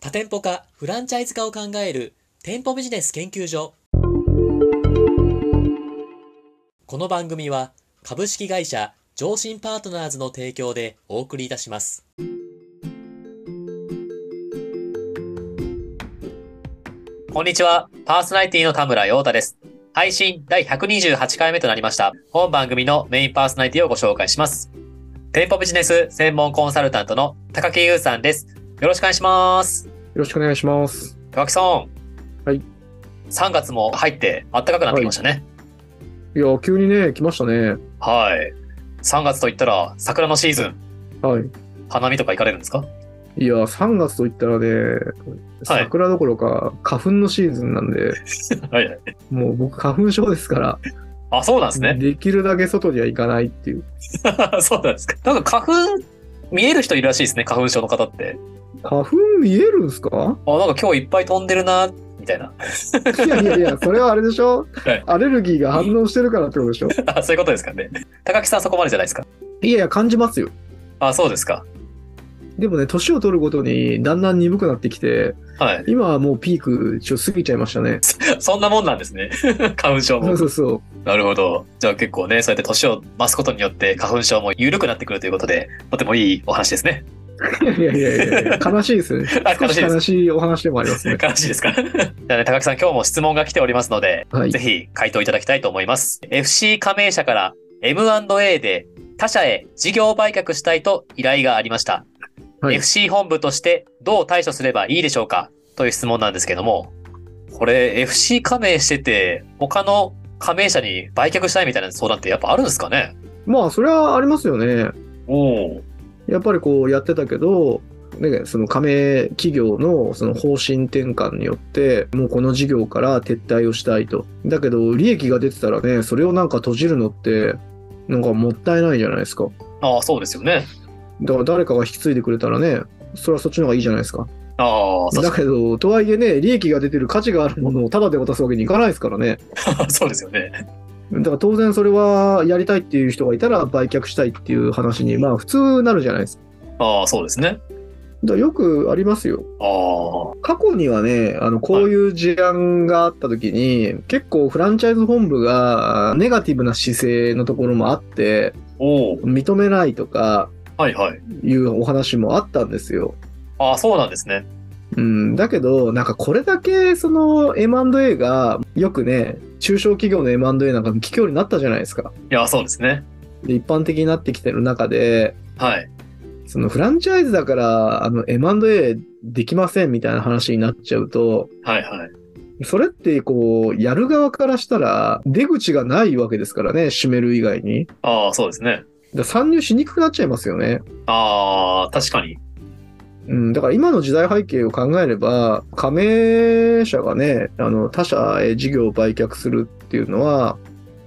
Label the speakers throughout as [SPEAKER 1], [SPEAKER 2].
[SPEAKER 1] 多店舗化、フランチャイズ化を考える店舗ビジネス研究所。この番組は株式会社上信パートナーズの提供でお送りいたします。こんにちは。パーソナリティの田村陽太です。配信第128回目となりました。本番組のメインパーソナリティをご紹介します。店舗ビジネス専門コンサルタントの高木優さんです。よろしくお願いします。
[SPEAKER 2] よろしくお願いします。
[SPEAKER 1] 高木さん。
[SPEAKER 2] はい。
[SPEAKER 1] 3月も入って暖かくなってきましたね。
[SPEAKER 2] いや、急にね、来ましたね。
[SPEAKER 1] はい。3月といったら桜のシーズン、
[SPEAKER 2] はい。
[SPEAKER 1] 花見とか行かれるんですか
[SPEAKER 2] いや、3月といったらね、桜どころか花粉のシーズンなんで、
[SPEAKER 1] はいはい。
[SPEAKER 2] もう僕花粉症ですから、
[SPEAKER 1] あ、そうなんですね。
[SPEAKER 2] できるだけ外には行かないっていう。
[SPEAKER 1] そうなんですか。なんか花粉、見える人いるらしいですね。花粉症の方って。
[SPEAKER 2] 花粉見えるんすか
[SPEAKER 1] あ、なんか今日いっぱい飛んでるな、みたいな。
[SPEAKER 2] いやいやいや、それはあれでしょ、
[SPEAKER 1] はい
[SPEAKER 2] アレルギーが反応してるからってことでしょ
[SPEAKER 1] あ、そういうことですかね。高木さんそこまでじゃないですか。
[SPEAKER 2] いやいや、感じますよ。
[SPEAKER 1] あ、そうですか。
[SPEAKER 2] でもね、年を取るごとにだんだん鈍くなってきて、
[SPEAKER 1] はい。
[SPEAKER 2] 今はもうピークちょっと過ぎちゃいましたね。
[SPEAKER 1] そんなもんなんですね。 花粉症
[SPEAKER 2] そ
[SPEAKER 1] も
[SPEAKER 2] う。そうそう。
[SPEAKER 1] なるほど。じゃあ結構ね、そうやって年を増すことによって花粉症も緩くなってくるということで、とてもいいお話ですね。
[SPEAKER 2] いやいやいやいやいや、悲しいですね。
[SPEAKER 1] あ悲
[SPEAKER 2] 少
[SPEAKER 1] しい
[SPEAKER 2] し
[SPEAKER 1] です
[SPEAKER 2] 悲しいお話でもありますね。
[SPEAKER 1] 悲しいですか じゃあね、高木さん今日も質問が来ておりますので、
[SPEAKER 2] はい
[SPEAKER 1] ぜ。ひ回答いただきたいと思います。FC 加盟社から M&A で他社へ事業売却したいと依頼がありました。
[SPEAKER 2] はい
[SPEAKER 1] FC 本部としてどう対処すればいいでしょうかという質問なんですけども、これ FC 加盟してて、他の加盟者に売却したいみたいな相談ってやっぱあるんですかね
[SPEAKER 2] まあ、それはありますよね。
[SPEAKER 1] おお。
[SPEAKER 2] やっぱりこうやってたけど、ね、その加盟企業のその方針転換によって、もうこの事業から撤退をしたいと。だけど、利益が出てたらね、それをなんか閉じるのって、なんかもったいないじゃないですか。
[SPEAKER 1] ああ、そうですよね。
[SPEAKER 2] だから誰かが引き継いでくれたらね、それはそっちの方がいいじゃないですか。
[SPEAKER 1] ああ、そ
[SPEAKER 2] だ
[SPEAKER 1] う
[SPEAKER 2] けど、とはいえね、利益が出てる価値があるものをタダで渡すわけにいかないですからね。
[SPEAKER 1] そうですよね。
[SPEAKER 2] だから当然それはやりたいっていう人がいたら売却したいっていう話に、まあ普通なるじゃないですか。
[SPEAKER 1] ああ、そうですね。
[SPEAKER 2] だからよくありますよ。
[SPEAKER 1] ああ、
[SPEAKER 2] 過去にはね、あの、こういう事案があった時に、結構フランチャイズ本部がネガティブな姿勢のところもあって、
[SPEAKER 1] おお。
[SPEAKER 2] 認めないとか
[SPEAKER 1] はいはい。
[SPEAKER 2] いうお話もあったんですよ。
[SPEAKER 1] ああ、そうなんですね。
[SPEAKER 2] うん、だけど、なんかこれだけその M&A がよくね、中小企業の M&A なんかも企業になったじゃないですか。
[SPEAKER 1] いや、そうですね。
[SPEAKER 2] で一般的になってきてる中で、
[SPEAKER 1] はい。
[SPEAKER 2] そのフランチャイズだからあの M&A できませんみたいな話になっちゃうと、
[SPEAKER 1] はいはい。
[SPEAKER 2] それって、こう、やる側からしたら、出口がないわけですからね、閉める以外に。
[SPEAKER 1] ああ、そうですね。
[SPEAKER 2] だから参入しにくくなっちゃいますよね。
[SPEAKER 1] ああ、確かに。
[SPEAKER 2] うん、だから今の時代背景を考えれば、加盟者がね、あの、他社へ事業を売却するっていうのは、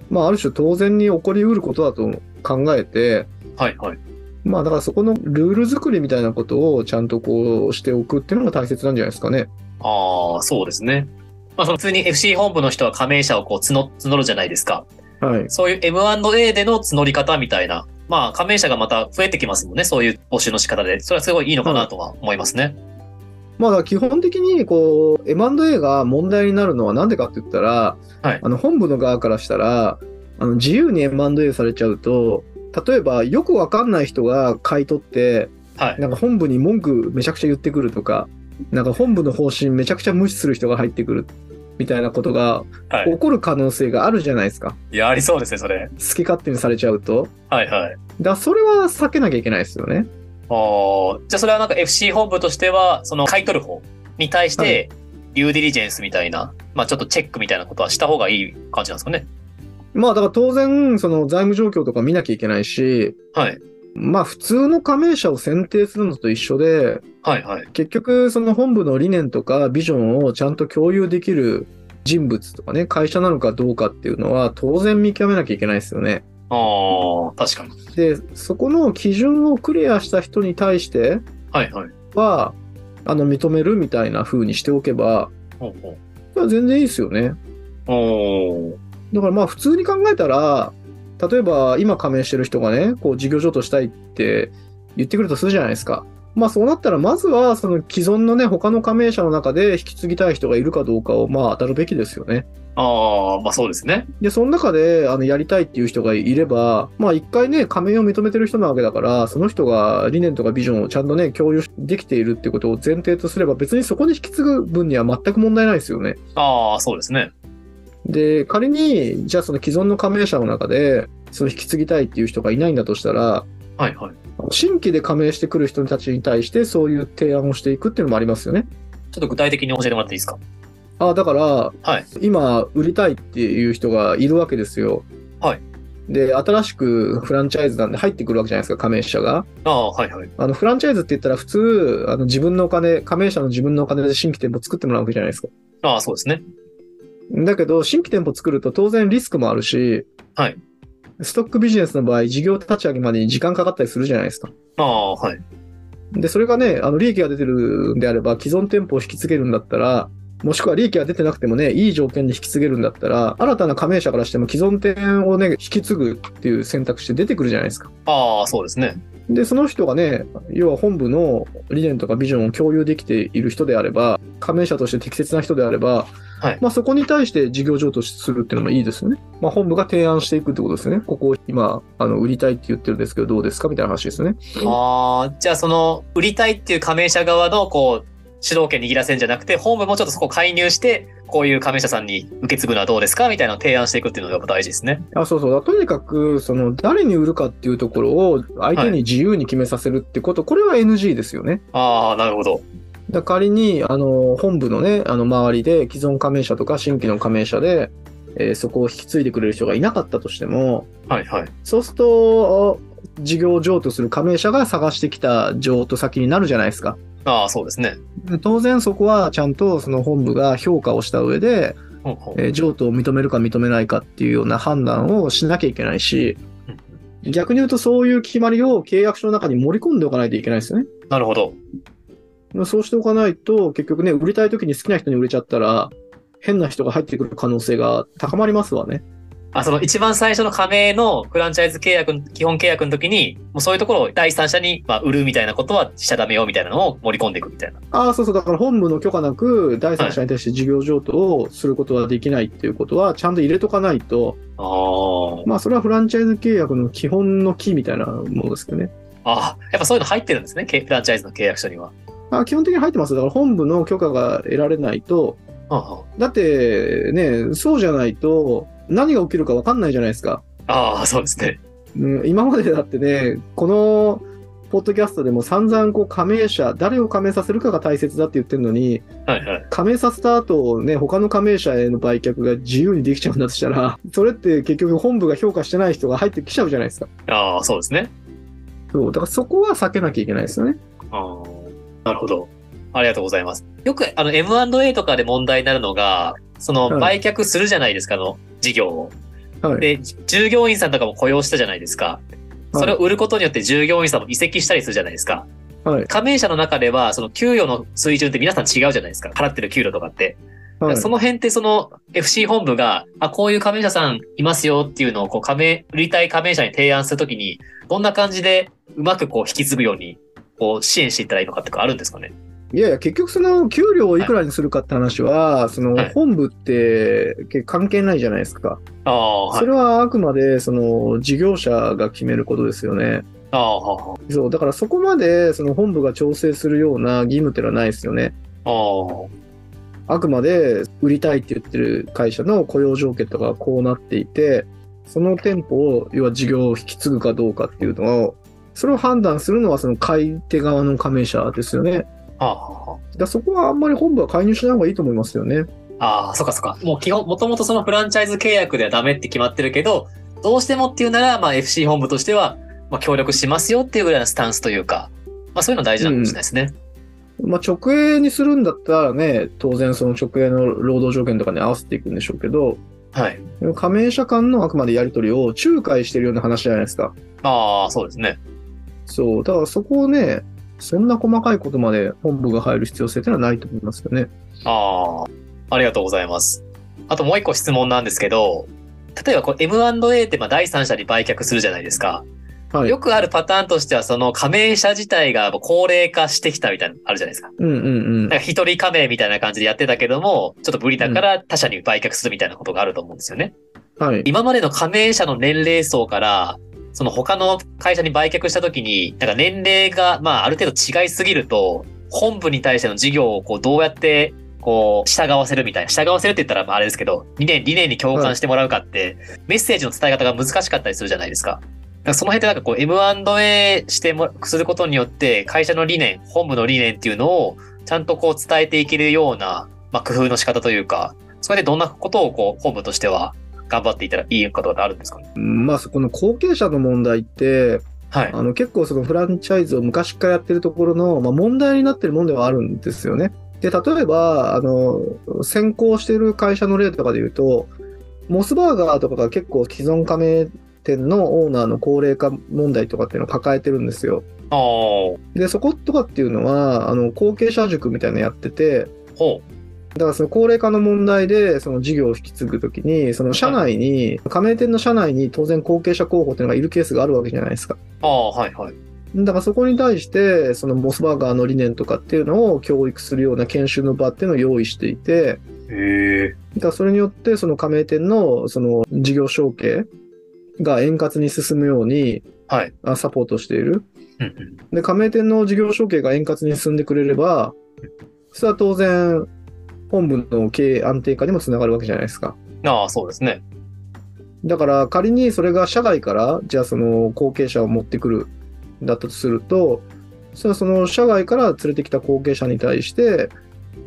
[SPEAKER 2] まあ、ある種当然に起こりうることだと考えて、
[SPEAKER 1] はいはい。
[SPEAKER 2] まあ、だからそこのルール作りみたいなことをちゃんとこうしておくっていうのが大切なんじゃないですかね。
[SPEAKER 1] ああ、そうですね。まあ、その普通に FC 本部の人は加盟者をこう募募るじゃないですか。
[SPEAKER 2] はい。
[SPEAKER 1] そういう M&A での募り方みたいな。まあ、加盟者がまた増えてきますもんね。そういう募集の仕方で。それはすごいいいのかなとは思いますね。
[SPEAKER 2] まあ、だから基本的にこう M&A が問題になるのはなんでかって言ったら、
[SPEAKER 1] はい
[SPEAKER 2] あの本部の側からしたらあの自由に M&A されちゃうと例えばよくわかんない人が買い取って
[SPEAKER 1] はい。
[SPEAKER 2] なんか本部に文句めちゃくちゃ言ってくるとかなんか本部の方針めちゃくちゃ無視する人が入ってくるみたいなことが
[SPEAKER 1] は
[SPEAKER 2] 起こる可能性があるじゃないですか、
[SPEAKER 1] い。いや、ありそうですね、それ。
[SPEAKER 2] 好き勝手にされちゃうと
[SPEAKER 1] はいはい。
[SPEAKER 2] だからそれは避けなきゃいけないですよね
[SPEAKER 1] ああ、じゃあそれはなんか FC 本部としては、その買い取る方に対し
[SPEAKER 2] は
[SPEAKER 1] て、デューディリジェンスみたいな、まあちょっとチェックみたいなことはした方がいい感じなんですかね。
[SPEAKER 2] まあだから当然その財務状況とか見なきゃいけないし
[SPEAKER 1] はい。
[SPEAKER 2] まあ普通の加盟者を選定するのと一緒で、
[SPEAKER 1] はいはい。
[SPEAKER 2] 結局その本部の理念とかビジョンをちゃんと共有できる人物とかね、会社なのかどうかっていうのは当然見極めなきゃいけないですよね。
[SPEAKER 1] ああ、確かに。
[SPEAKER 2] で、そこの基準をクリアした人に対して
[SPEAKER 1] はいはい。
[SPEAKER 2] は、あの、認めるみたいな風にしておけば、
[SPEAKER 1] ほうほう
[SPEAKER 2] それは全然いいですよね。
[SPEAKER 1] おー
[SPEAKER 2] だからまあ普通に考えたら、例えば今加盟してる人がね、こう事業所としたいって言ってくるとするじゃないですか。まあそうなったら、まずはその既存のね、他の加盟者の中で引き継ぎたい人がいるかどうかをまあ当たるべきですよね。
[SPEAKER 1] ああ、まあそうですね。
[SPEAKER 2] で、その中であのやりたいっていう人がいれば、まあ一回ね、加盟を認めてる人なわけだから、その人が理念とかビジョンをちゃんとね、共有できているってことを前提とすれば、別にそこに引き継ぐ分には全く問題ないですよね。
[SPEAKER 1] ああ、そうですね。
[SPEAKER 2] で、仮に、じゃあその既存の加盟者の中で、その引き継ぎたいっていう人がいないんだとしたら、
[SPEAKER 1] はいはい。
[SPEAKER 2] 新規で加盟してくる人たちに対してそういう提案をしていくっていうのもありますよね。
[SPEAKER 1] ちょっと具体的に教えてもらっていいですか
[SPEAKER 2] あだから、
[SPEAKER 1] はい
[SPEAKER 2] 今売りたいっていう人がいるわけですよ。
[SPEAKER 1] はい
[SPEAKER 2] で新しくフランチャイズなんで入ってくるわけじゃないですか加盟者が
[SPEAKER 1] ああ、はいはい。
[SPEAKER 2] あのフランチャイズって言ったら普通あの自分のお金加盟者の自分のお金で新規店舗作ってもらうわけじゃないですか
[SPEAKER 1] ああ、そうですね。
[SPEAKER 2] だけど新規店舗作ると当然リスクもあるし、
[SPEAKER 1] はい
[SPEAKER 2] ストックビジネスの場合事業立ち上げまでに時間かかったりするじゃないですか
[SPEAKER 1] ああ、はい。
[SPEAKER 2] で、それがね、あの利益が出てるんであれば、既存店舗を引き継げるんだったら、もしくは利益が出てなくてもね、いい条件で引き継げるんだったら、新たな加盟者からしても既存店をね、引き継ぐっていう選択肢出てくるじゃないですか。
[SPEAKER 1] ああ、そうですね。
[SPEAKER 2] で、その人がね、要は本部の理念とかビジョンを共有できている人であれば、加盟者として適切な人であれば、
[SPEAKER 1] はい
[SPEAKER 2] まあそこに対して事業譲渡するっていうのもいいですよね。まあ本部が提案していくってことですよね。ここを今、あの売りたいって言ってるんですけど、どうですかみたいな話ですよね。
[SPEAKER 1] ああ、じゃあその、売りたいっていう加盟者側の、こう、主導権握らせるんじゃなくて、本部もちょっとそこ介入して、こういう加盟者さんに受け継ぐのはどうですかみたいなのを提案していくっていうのがやっぱ大事ですね。
[SPEAKER 2] あそうそうだとにかくその誰に売るかっていうところを相手に自由に決めさせるってこと、これは NG ですよね。
[SPEAKER 1] ああ、なるほど。
[SPEAKER 2] だから仮にあの本部のねあの周りで既存加盟者とか新規の加盟者で、えーそこを引き継いでくれる人がいなかったとしても
[SPEAKER 1] はいはい。
[SPEAKER 2] そうすると事業譲渡する加盟者が探してきた譲渡先になるじゃないですか。
[SPEAKER 1] ああ、そうですね。
[SPEAKER 2] で当然そこはちゃんとその本部が評価をした上で、
[SPEAKER 1] ほうほう
[SPEAKER 2] えー譲渡を認めるか認めないかっていうような判断をしなきゃいけないし、逆に言うとそういう決まりを契約書の中に盛り込んでおかないといけないですよね。
[SPEAKER 1] なるほど。
[SPEAKER 2] そうしておかないと、結局ね、売りたい時に好きな人に売れちゃったら、変な人が入ってくる可能性が高まりますわね。
[SPEAKER 1] あ、その一番最初の加盟のフランチャイズ契約の、基本契約の時に、もうそういうところを第三者に、まあ、売るみたいなことはしちゃダメよみたいなのを盛り込んでいくみたいな。
[SPEAKER 2] ああ、そうそう、だから本部の許可なく、第三者に対して事業譲渡をすることはできないっていうことは、ちゃんと入れとかないと、
[SPEAKER 1] あー
[SPEAKER 2] まあ、それはフランチャイズ契約の基本のキーみたいなものですけどね。
[SPEAKER 1] あー、やっぱそういうの入ってるんですね。けフランチャイズの契約書には。
[SPEAKER 2] あ基本的に入ってますよだから本部の許可が得られないと、
[SPEAKER 1] あー
[SPEAKER 2] だってね、そうじゃないと何が起きるか分かんないじゃないですか。
[SPEAKER 1] あー、そうですね。
[SPEAKER 2] うん、今までだってね、このポッドキャストでも散々こう加盟者、誰を加盟させるかが大切だって言ってるのに、
[SPEAKER 1] はいはい。
[SPEAKER 2] 加盟させた後、ね、他の加盟者への売却が自由にできちゃうんだとしたら、 それって結局本部が評価してない人が入ってきちゃうじゃないですか。
[SPEAKER 1] ああ、そうですね。
[SPEAKER 2] そう、だからそこは避けなきゃいけないですよね。
[SPEAKER 1] あーなるほど。ありがとうございます。よく、あの、M&A とかで問題になるのが、その、
[SPEAKER 2] はい
[SPEAKER 1] 売却するじゃないですか、あの、事業を。
[SPEAKER 2] はい。
[SPEAKER 1] で、従業員さんとかも雇用したじゃないですか。それを売ることによって従業員さんも移籍したりするじゃないですか。
[SPEAKER 2] はい。
[SPEAKER 1] 加盟者の中では、その給与の水準って皆さん違うじゃないですか。払ってる給料とかって。
[SPEAKER 2] はい。
[SPEAKER 1] その辺ってその FC 本部が、あ、こういう加盟者さんいますよっていうのを、こう、加盟、売りたい加盟者に提案するときに、どんな感じでうまくこう引き継ぐように、こう、支援していったらいいのかってかあるんですかね。
[SPEAKER 2] いやいや、結局その給料をいくらにするかって話は、その
[SPEAKER 1] はい
[SPEAKER 2] 本部って結構関係ないじゃないですか。
[SPEAKER 1] ああ、は
[SPEAKER 2] そ
[SPEAKER 1] い。
[SPEAKER 2] れはあくまでその事業者が決めることですよね。
[SPEAKER 1] ああ、は
[SPEAKER 2] そう、だからそこまでその本部が調整するような義務ってのはないですよね。
[SPEAKER 1] あ、は
[SPEAKER 2] あくまで売りたいって言ってる会社の雇用条件とかがこうなっていて、その店舗を、要は事業を引き継ぐかどうかっていうのを、それを判断するのはその買い手側の加盟者ですよね。
[SPEAKER 1] あ、はあ。
[SPEAKER 2] だからそこはあんまり本部は介入しない方がいいと思いますよね。
[SPEAKER 1] ああ、そっかそっか。もう基本、もともとそのフランチャイズ契約ではダメって決まってるけど、どうしてもっていうなら、まあ FC 本部としては、まあ協力しますよっていうぐらいのスタンスというか、まあそういうの大事なのかもしれないですね。
[SPEAKER 2] まあ、直営にするんだったらね、当然その直営の労働条件とかに合わせていくんでしょうけど、
[SPEAKER 1] はい。
[SPEAKER 2] 加盟者間のあくまでやり取りを仲介してるような話じゃないですか。
[SPEAKER 1] ああ、そうですね。
[SPEAKER 2] そう、だからそこをね、そんな細かいことまで本部が入る必要性ってのはないと思いますよね。
[SPEAKER 1] ああ、ありがとうございます。あともう一個質問なんですけど、例えばこう M&A ってまあ第三者に売却するじゃないですか。
[SPEAKER 2] はい。
[SPEAKER 1] よくあるパターンとしては、その加盟者自体がもう高齢化してきたみたいなのあるじゃないですか。
[SPEAKER 2] うんうんうん
[SPEAKER 1] なん。か一人加盟みたいな感じでやってたけども、ちょっと無理だから他社に売却するみたいなことがあると思うんですよね。
[SPEAKER 2] はい。
[SPEAKER 1] 今までの加盟者の年齢層から、その他の会社に売却した時に、なんか年齢が、まあある程度違いすぎると、本部に対しての事業をこうどうやって、こう、従わせるみたいな。従わせるって言ったらまああれですけど、理念、理念に共感してもらうかって、メッセージの伝え方が難しかったりするじゃないですか。だからその辺でなんかこう M&A しても、することによって、会社の理念、本部の理念っていうのを、ちゃんとこう伝えていけるような、まあ工夫の仕方というか、それでどんなことをこう、本部としては頑張っていたらいいことがあるんですかね。
[SPEAKER 2] まあ、そこの後継者の問題って、
[SPEAKER 1] はい。
[SPEAKER 2] あの結構そのフランチャイズを昔からやってるところの、まあ、問題になってるもんではあるんですよね。で、例えば、あの、先行してる会社の例とかで言うと、モスバーガーとかが結構既存加盟店のオーナーの高齢化問題とかっていうのを抱えてるんですよ。
[SPEAKER 1] ああ、ほ
[SPEAKER 2] で、そことかっていうのは、あの、後継者塾みたいなのやってて、
[SPEAKER 1] う。
[SPEAKER 2] だからその高齢化の問題でその事業を引き継ぐときにその社内に加盟店の社内に当然後継者候補っていうのがいるケースがあるわけじゃないですか
[SPEAKER 1] ああ、はいはい。
[SPEAKER 2] だからそこに対してそのモスバーガーの理念とかっていうのを教育するような研修の場っていうのを用意していて
[SPEAKER 1] へえ。
[SPEAKER 2] だからそれによってその加盟店のその事業承継が円滑に進むように
[SPEAKER 1] はい
[SPEAKER 2] あサポートしている
[SPEAKER 1] うんうん。
[SPEAKER 2] で加盟店の事業承継が円滑に進んでくれればそれは当然本部の経営安定化にもつながるわけじゃないですか
[SPEAKER 1] ああ、そうですね。
[SPEAKER 2] だから仮にそれが社外から、じゃあその後継者を持ってくる、だったとすると、それはその社外から連れてきた後継者に対して、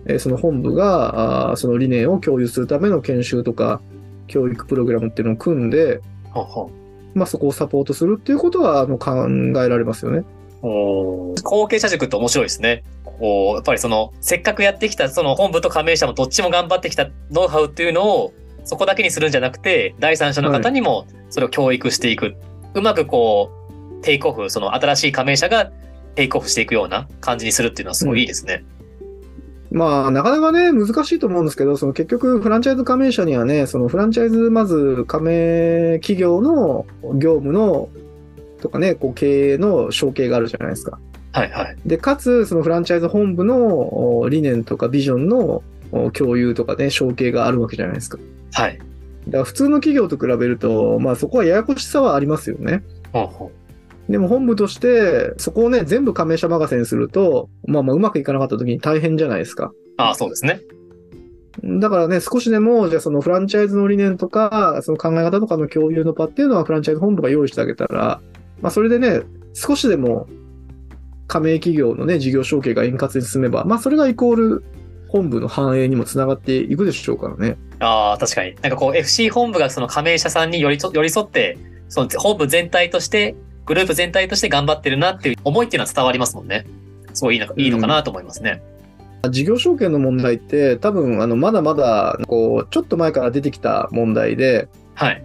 [SPEAKER 2] えーその本部があーその理念を共有するための研修とか教育プログラムっていうのを組んで、
[SPEAKER 1] はあは
[SPEAKER 2] まあ、そこをサポートするっていうことはあの考えられますよね。
[SPEAKER 1] あ、おー後継者塾って面白いですね。こう、やっぱりその、せっかくやってきた、その本部と加盟者もどっちも頑張ってきたノウハウっていうのを、そこだけにするんじゃなくて、第三者の方にもそれを教育していく。うまくこう、テイクオフ、その新しい加盟者がテイクオフしていくような感じにするっていうのはすごいいいですね。
[SPEAKER 2] まあ、なかなかね、難しいと思うんですけど、その結局、フランチャイズ加盟者にはね、そのフランチャイズ、まず加盟企業の業務の、とかね、こう経営の承継があるじゃないですか。
[SPEAKER 1] はいはい。
[SPEAKER 2] で、かつ、そのフランチャイズ本部のお理念とかビジョンのお共有とかね、承継があるわけじゃないですか。
[SPEAKER 1] はい。
[SPEAKER 2] だから普通の企業と比べると、まあそこはややこしさはありますよね。
[SPEAKER 1] ほうほう
[SPEAKER 2] でも本部として、そこをね、全部加盟者任せにすると、まあまあうまくいかなかった時に大変じゃないですか。
[SPEAKER 1] ああ、そうですね。
[SPEAKER 2] だからね、少しでも、じゃあそのフランチャイズの理念とか、その考え方とかの共有の場っていうのはフランチャイズ本部が用意してあげたら、まあそれでね、少しでも加盟企業のね、事業承継が円滑に進めば、まあそれがイコール本部の繁栄にもつながっていくでしょうからね。
[SPEAKER 1] ああ、確かに。なんかこう FC 本部がその加盟者さんに寄りと寄り添って、その本部全体として、グループ全体として頑張ってるなっていう思いっていうのは伝わりますもんね。すごいいいのいいのかなと思いますね。
[SPEAKER 2] 事業承継の問題って多分あのまだまだこうちょっと前から出てきた問題で、
[SPEAKER 1] はい。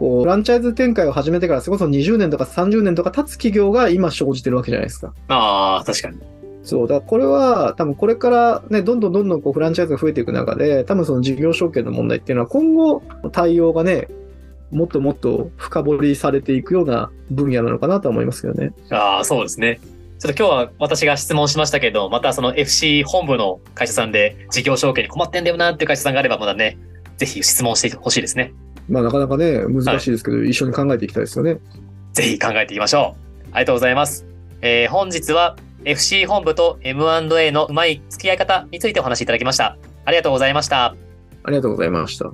[SPEAKER 2] こうフランチャイズ展開を始めてからそれこそ20年とか30年とか経つ企業が今生じてるわけじゃないですか。
[SPEAKER 1] ああ、確かに。
[SPEAKER 2] そう、だからこれは多分これからね、どんどんどんどんこうフランチャイズが増えていく中で、多分その事業承継の問題っていうのは今後対応がね、もっともっと深掘りされていくような分野なのかなとは思いますけどね。
[SPEAKER 1] ああ、そうですね。ちょっと今日は私が質問しましたけど、またその FC 本部の会社さんで事業承継に困ってんだよなっていう会社さんがあればまだね、ぜひ質問してほしいですね。
[SPEAKER 2] まあなかなかね、難しいですけど、一緒に考えていきたいですよね。
[SPEAKER 1] ぜひ考えていきましょう。ありがとうございます。えー本日は FC 本部と M&A のうまい付き合い方についてお話しいただきました。ありがとうございました。
[SPEAKER 2] ありがとうございました。